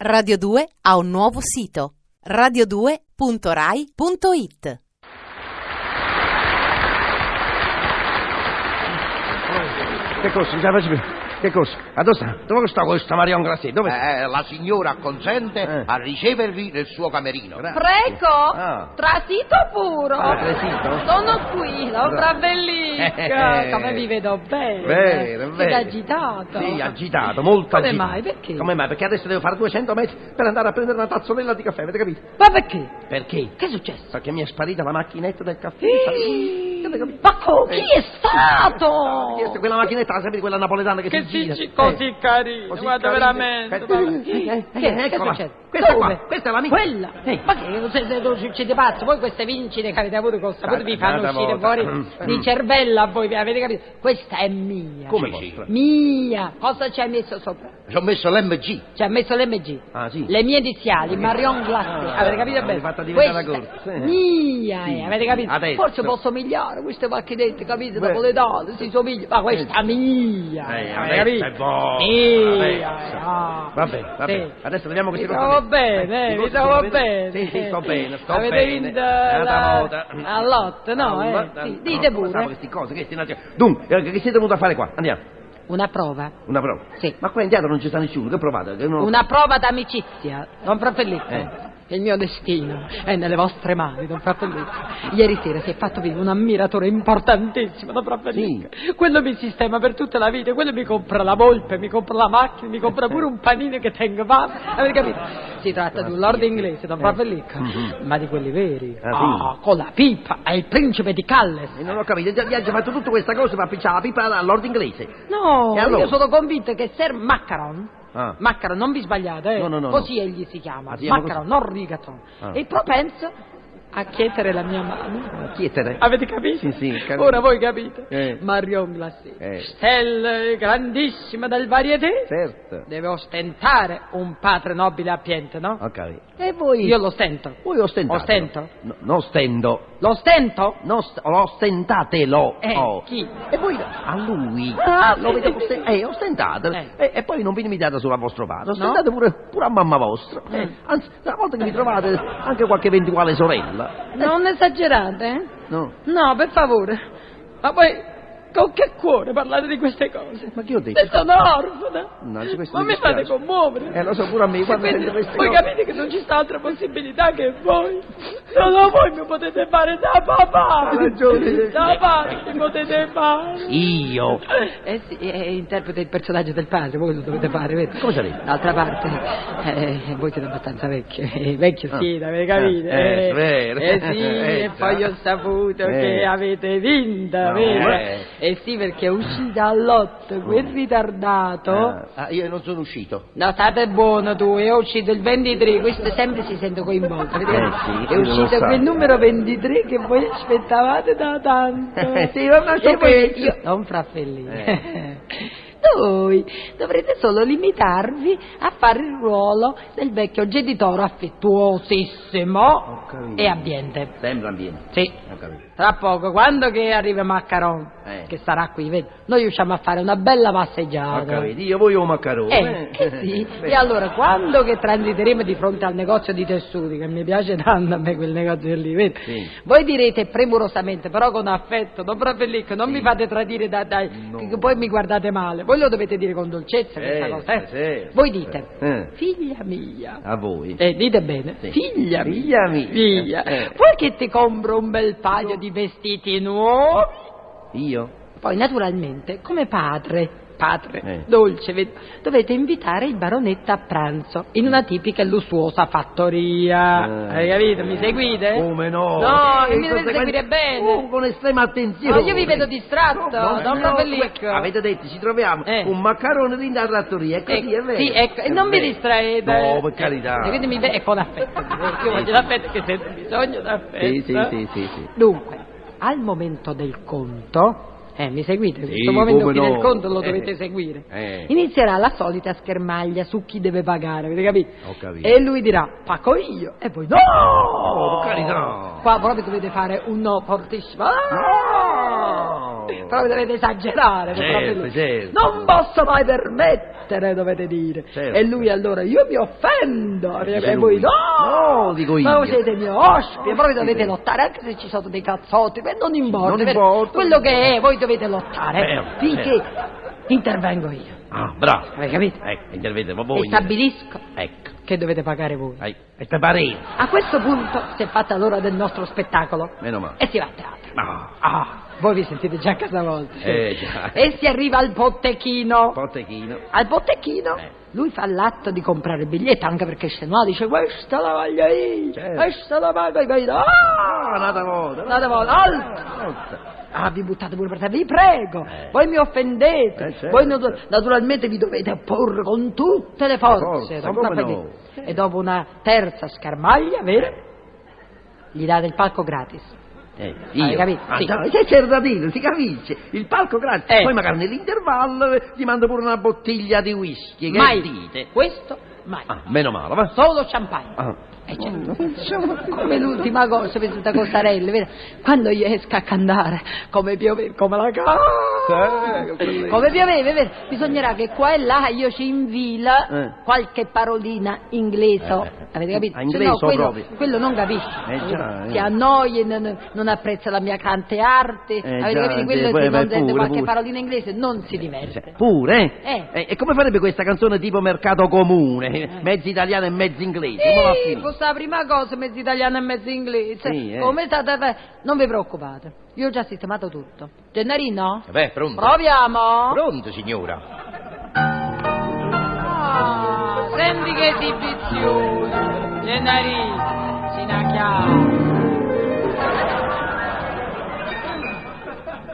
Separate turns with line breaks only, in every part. Radio 2 ha un nuovo sito radio2.rai.it
Che cosa? Già faccio più. Che cosa? Ma dove sta? Dove sta questa Marion Grassi? Dove sta?
Eh, la signora consente
Eh.
a ricevervi nel suo camerino.
Gra-
Prego,
Ah.
trasito puro.
Ah, trasito?
Sono qui, la
Allora.
otravellica.
Eh.
Come vi vedo bene.
Vero,
Siete
vero.
agitato.
Sì, agitato, molto
Come
agitato.
mai? Perché?
Come mai? Perché adesso devo fare 200 metri per andare a prendere una tazzolella di caffè, avete capito?
Ma perché?
Perché?
Che è successo?
Perché mi è sparita la macchinetta del caffè.
Ehi,
Avete capito?
Ma co-
Eh.
chi è
Ah, chi è sta-
stato?
Quella macchinetta, la sapete, quella napoletana che,
Che
si gira.
dici così
Eh,
carino,
così
guarda
carina.
veramente.
Eh,
guarda.
eh, eh,
Che, che
eccola.
succede?
Questa
Dove?
qua, questa è la mia.
Quella? Eh, Ma che siete succede pazzo? Voi queste vincite che avete avuto col saputo vi fanno
Guarda,
uscire
guarda.
fuori
Mm.
di cervello a voi, avete capito? Questa è mia.
Come
Sì, sì.
vostra?
Mia. Cosa ci hai messo sopra?
Ci ho messo l'MG.
Ci ha messo l'MG.
Ah, sì.
Le mie iniziali, Marion Glassy.
Ah,
avete capito
l'hai
bene?
fatta diventare
Questa
corsa,
è
eh.
Mia,
Sì,
eh, avete capito?
adesso.
Forse posso migliorare queste macchinette, capite?
Beh.
Napoletane, si somigliano. Ma questa è mia,
Eh,
avete
adesso
capito?
è buono,
Mia, eh,
adesso.
ah.
boh, Va bene, va bene.
Sì.
Adesso vediamo queste
Mi
cose.
trovo bene,
Eh,
eh,
le
mi
cose
trovo
sono
bene.
Sì, sì, sto bene, sto
Avete
bene.
vinto
Nata
la-
volta.
la lotto, no,
Ah,
eh?
ma-
Sì,
no,
dite
come
pure.
stanno queste cose, che stinazio- Dunque, eh, che siete venuti a fare qua? Andiamo,
Una prova,
una prova.
Sì.
Ma qua in teatro non ci sta nessuno, che provate? Che non...
una prova d'amicizia, don Frappelletto.
Eh.
Il mio destino è nelle vostre mani, don Frappelletto. Ieri sera si è fatto vivo un ammiratore importantissimo, don Frappelletto. Quello mi sistema per tutta la vita, quello mi compra la volpe, mi compra la macchina, mi compra pure un panino che tengo fame. Avete capito? Si tratta di un lord inglese, don Frappelletto, ma di quelli veri.
Eh. Ah, sì?
con la pipa, è il principe di Calles.
Eh, Non ho capito, già- già- già fatto tutta questa cosa per appicciare la pipa all'ord inglese.
No,
E allora?
io sono convinto che Sir Maccaron,
Ah.
Maccaron, non vi sbagliate, eh,
No, no, no,
così
no.
egli si chiama,
Ah, si chiama
Maccaron, non Rigaton,
Ah.
è propenso a chiedere la mia mano.
Ma Chi è te?
Avete capito?
Sì, sì, capito.
Ora voi capite.
Eh.
Marion Glacé,
Eh.
stella grandissima del varieté,
Certo.
deve ostentare un padre nobile e appiente, no?
Ok.
E voi? Io lo stento.
Voi ostentate.
Ostento?
No, non ostendo.
Lo stento?
No, st- ostentatelo.
Eh,
Oh.
chi?
E voi a lui
Ah,
lo
sì,
avete
sì,
osten-
sì.
eh, ostentatelo.
Eh.
E, e poi non vi limitate solo a vostro padre, ostentate pure, pure a mamma vostra.
Eh.
Anzi, una volta che vi trovate anche qualche eventuale sorella.
Non esagerate, eh?
No.
No, per favore. Ma voi con che cuore parlate di queste cose?
Ma che ho detto?
Se sono orfana.
No, su questo
ma
mi
mi fate
dispiace.
commuovere.
Eh, lo so pure a me,
E
quando
quindi
sento queste
voi
cose.
capite che non ci sta altra possibilità che voi. Solo voi mi potete fare da papà.
Ha ragione. eh.
Da papà mi potete fare.
Io.
Eh sì, interpreta il personaggio del padre, voi lo dovete fare, vedi?
Cosa lei?
D'altra parte, eh, voi siete abbastanza vecchi, eh, vecchio
Ah.
sì, avete capito?
Ah, eh, vero.
Eh sì,
Eh,
e
già.
poi ho saputo
Eh.
che avete vinto,
No,
vero?
eh.
Eh sì, perché è uscito all'otto, quel ritardato...
Ah.
Ah, io non sono uscito.
No, state buono tu, è uscito il 23, questo sempre si sente coinvolto, vedete?
Eh sì,
è
quello lo
uscito
sa.
quel numero 23 che voi aspettavate da tanto.
Eh sì, ma basta
E voi-
questo.
io- Non frappellino.
Eh.
Voi dovrete solo limitarvi a fare il ruolo del vecchio genitore affettuosissimo
Ho capito.
e abbiente.
Sembra ambiente.
Sì.
Ho capito.
Tra poco, quando che arriva Maccaron,
Eh.
che sarà qui, vedi, noi riusciamo a fare una bella
Ho
passeggiata.
capito. Io voglio un maccherone.
Ah, Eh, che sì.
Beh.
E allora, quando che transiteremo di fronte al negozio di tessuti, che mi piace tanto a me quel negozio lì, vedi?
Sì.
Voi direte premurosamente, però con affetto, non proprio lì, che non mi fate tradire da, dai,
No.
che poi mi guardate male. Voi lo dovete dire con dolcezza questa
Certo,
cosa, eh?
certo.
Voi dite,
Eh.
figlia mia,
A voi.
eh, dite bene,
Ah, Sì.
figlia mia,
Figlia mia.
figlia,
Eh.
poi che ti compro un bel paio di vestiti nuovi,
Io?
poi, naturalmente, come padre, padre,
Eh.
dolce, ved- dovete invitare il baronetto a pranzo in una tipica e lussuosa fattoria.
Eh.
Hai capito? Mi seguite?
Come no?
No,
Eh,
mi dovete
conseguenza-
seguire bene.
Oh, con estrema attenzione.
Ma io vi vedo distratto, don Cappellicco.
Avete detto, ci troviamo
ecco. Eh.
un maccarone lì da trattoria, è
Eh,
così, è vero?
sì, ecco, e non
È
vi
vero.
distraete.
No, per carità.
E quindi mi ve- e con affetto. Io voglio l'affetto che sento bisogno d'affetto.
Sì, sì, sì, sì, sì.
Dunque, al momento del conto, eh, mi seguite,
Sì,
questo momento
come
qui
no.
del conto lo
Eh.
dovete seguire.
Eh.
Inizierà la solita schermaglia su chi deve pagare, avete capito?
Ho capito. Oh,
E lui dirà, pago io, e poi no!
per carità.
Qua proprio dovete fare un no fortissimo. Ah!
No!
Però dovete esagerare, don
Certo,
Fratellucci.
certo.
Non posso mai permettere, dovete dire.
Certo. Eh,
E lui allora, io mi offendo. E,
dice
voi
lui.
no!
No, dico io.
Ma voi siete mio ospite, però voi dovete
Ospite.
lottare anche se ci sono dei cazzotti, beh, non importa.
Non
vero?
importa.
Quello che è, voi dovete lottare.
Certo,
finché intervengo io.
Ah, bravo.
Avete capito?
Ecco, intervento, ma
e
voi...
stabilisco
Ecco.
che dovete pagare voi.
Ecco. E te pare?
A questo punto si è fatta l'ora del nostro spettacolo.
Meno male.
E si va a teatro.
No.
Ah, voi vi sentite già a casa vostra.
Eh, già.
E si arriva al bottechino.
Potechino.
Al bottechino
Eh.
lui fa l'atto di comprare il biglietto anche perché se no dice questa la voglio io,
Certo.
questa la voglio io. Poi, Ah!
Ah, nata volta.
Andate voi, alto!
volta.
Ah, vi buttate pure per terra, vi prego,
Eh.
voi mi offendete,
Eh, certo.
voi natu- naturalmente vi dovete opporre con tutte le forze,
forze,
don
come
Raffaele.
no?
e dopo una terza scarmaglia, vero? Gli date il palco gratis.
Eh,
Hai
io.
capito?
Ah,
Sì.
dai, sei cerdatino, si capisce. Il palco gratis.
Eh.
Poi magari nell'intervallo eh, ti mando pure una bottiglia di whisky. Che
mai
dite?
questo, mai.
Ah, meno male, va?
Solo champagne.
Ah.
E certo, cioè, come l'ultima cosa, pensate a Costarelli, vero? Quando io esco a cantare, come piove, come la
Eh, che
casa,
bellezza.
come pioveva, vero? Bisognerà che qua e là io ci invila
Eh.
qualche parolina inglese, oh,
Eh, eh.
avete capito?
Ah,
Se no,
inglese
quello,
proprio.
quello non capisce,
Eh, già, eh.
si annoia, non, non apprezza la mia cante arte,
Eh,
avete
già,
capito? Quello
eh,
se
poi-
non
poi
sente
pure,
qualche
pure.
parolina inglese non si
Cioè,
diverte.
pure?
Eh.
E, e come farebbe questa canzone tipo mercato comune? Mezzo italiano e mezzo inglese. Come va a
Sì,
finire?
questa è la prima cosa, mezzo italiano e mezzo inglese.
Sì, eh.
Come state... fa- Non vi preoccupate, io ho già sistemato tutto. Gennarino?
Vabbè, pronto.
Proviamo!
Pronto, signora.
Ah, senti che esibizione! Gennarino, sinacchiamo!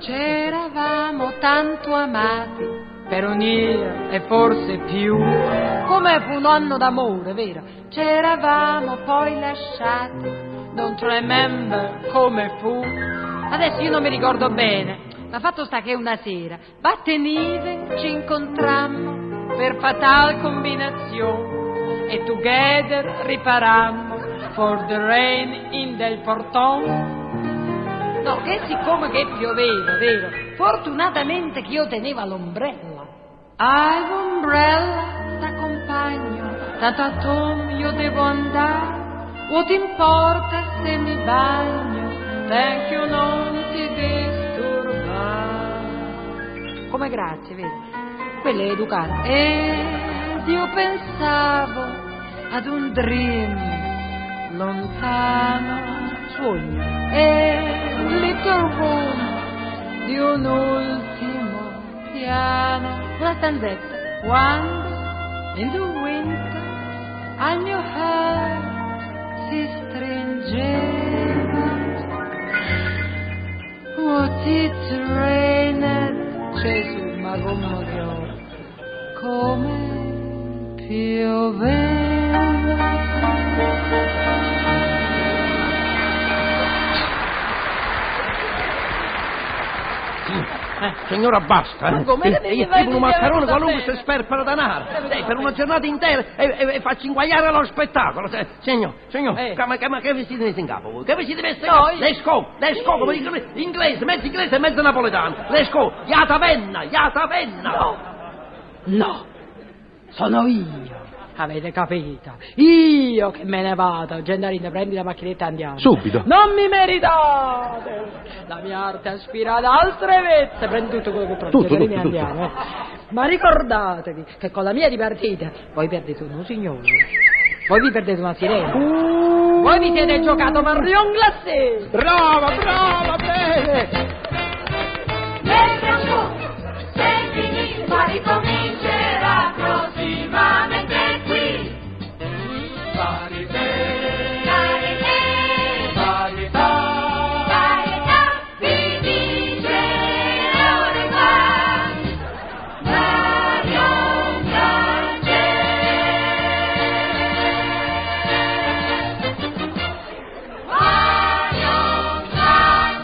C'eravamo tanto amati per un io e forse più. Come fu un anno d'amore, vero? C'eravamo poi lasciati, non remember come fu. Adesso io non mi ricordo bene, ma fatto sta che una sera, batte nive, ci incontrammo per fatal combinazione e together riparammo for the rain in del portone. No, che siccome che pioveva, vero? Fortunatamente che io tenevo l'ombrella. Hai l'ombrella, t'accompagno, tanto a Tom io devo andare. O ti importa se mi bagno, thank you non ti disturbare. Come grazie, vedi? Quella è educata. Ed io pensavo ad un dream lontano sogno. E little room di un ultimo piano. Una stanzetta. Quando in the winter al mio heart si stringeva. What it rained. Gesù, ma come piove. Come pioveva.
Signora, basta. Eh.
Ma come?
Eh,
Devi-
io
vai-
tipo un
devi-
maccherone
va
qualunque
bene.
si sperpera danaro.
Eh,
Eh,
va
per una
bene.
giornata intera e, e, e faccio inguagliare lo spettacolo. Eh, Signor, signor,
Eh.
ca- ma, ca- ma che vestiti mette in capo voi? Che vestiti mette in
No,
capo?
io-
Le scopo, le scopo, come dicono, inglese, mezzo inglese e mezzo napoletano. Le scopo, iata venna, iata venna.
No, sono io. Avete capito? Io che me ne vado. Gendarino, prendi la macchinetta e andiamo.
Subito.
Non mi meritate. La mia arte aspira ad altre vezze. Prendi tutto quello che trovi.
Tutto,
Gendarino,
tutto, tutto.
andiamo. eh. Ma ricordatevi che con la mia dipartita voi perdete un signore. Voi vi perdete una sirena.
Uh.
Voi vi siete giocato Marion Glacé.
Brava, brava, bene.
ma ricomincerà prossimamente qui. Parità, parità, parità, vi dice l'Europa, Mario Grazie. Mario Grazie.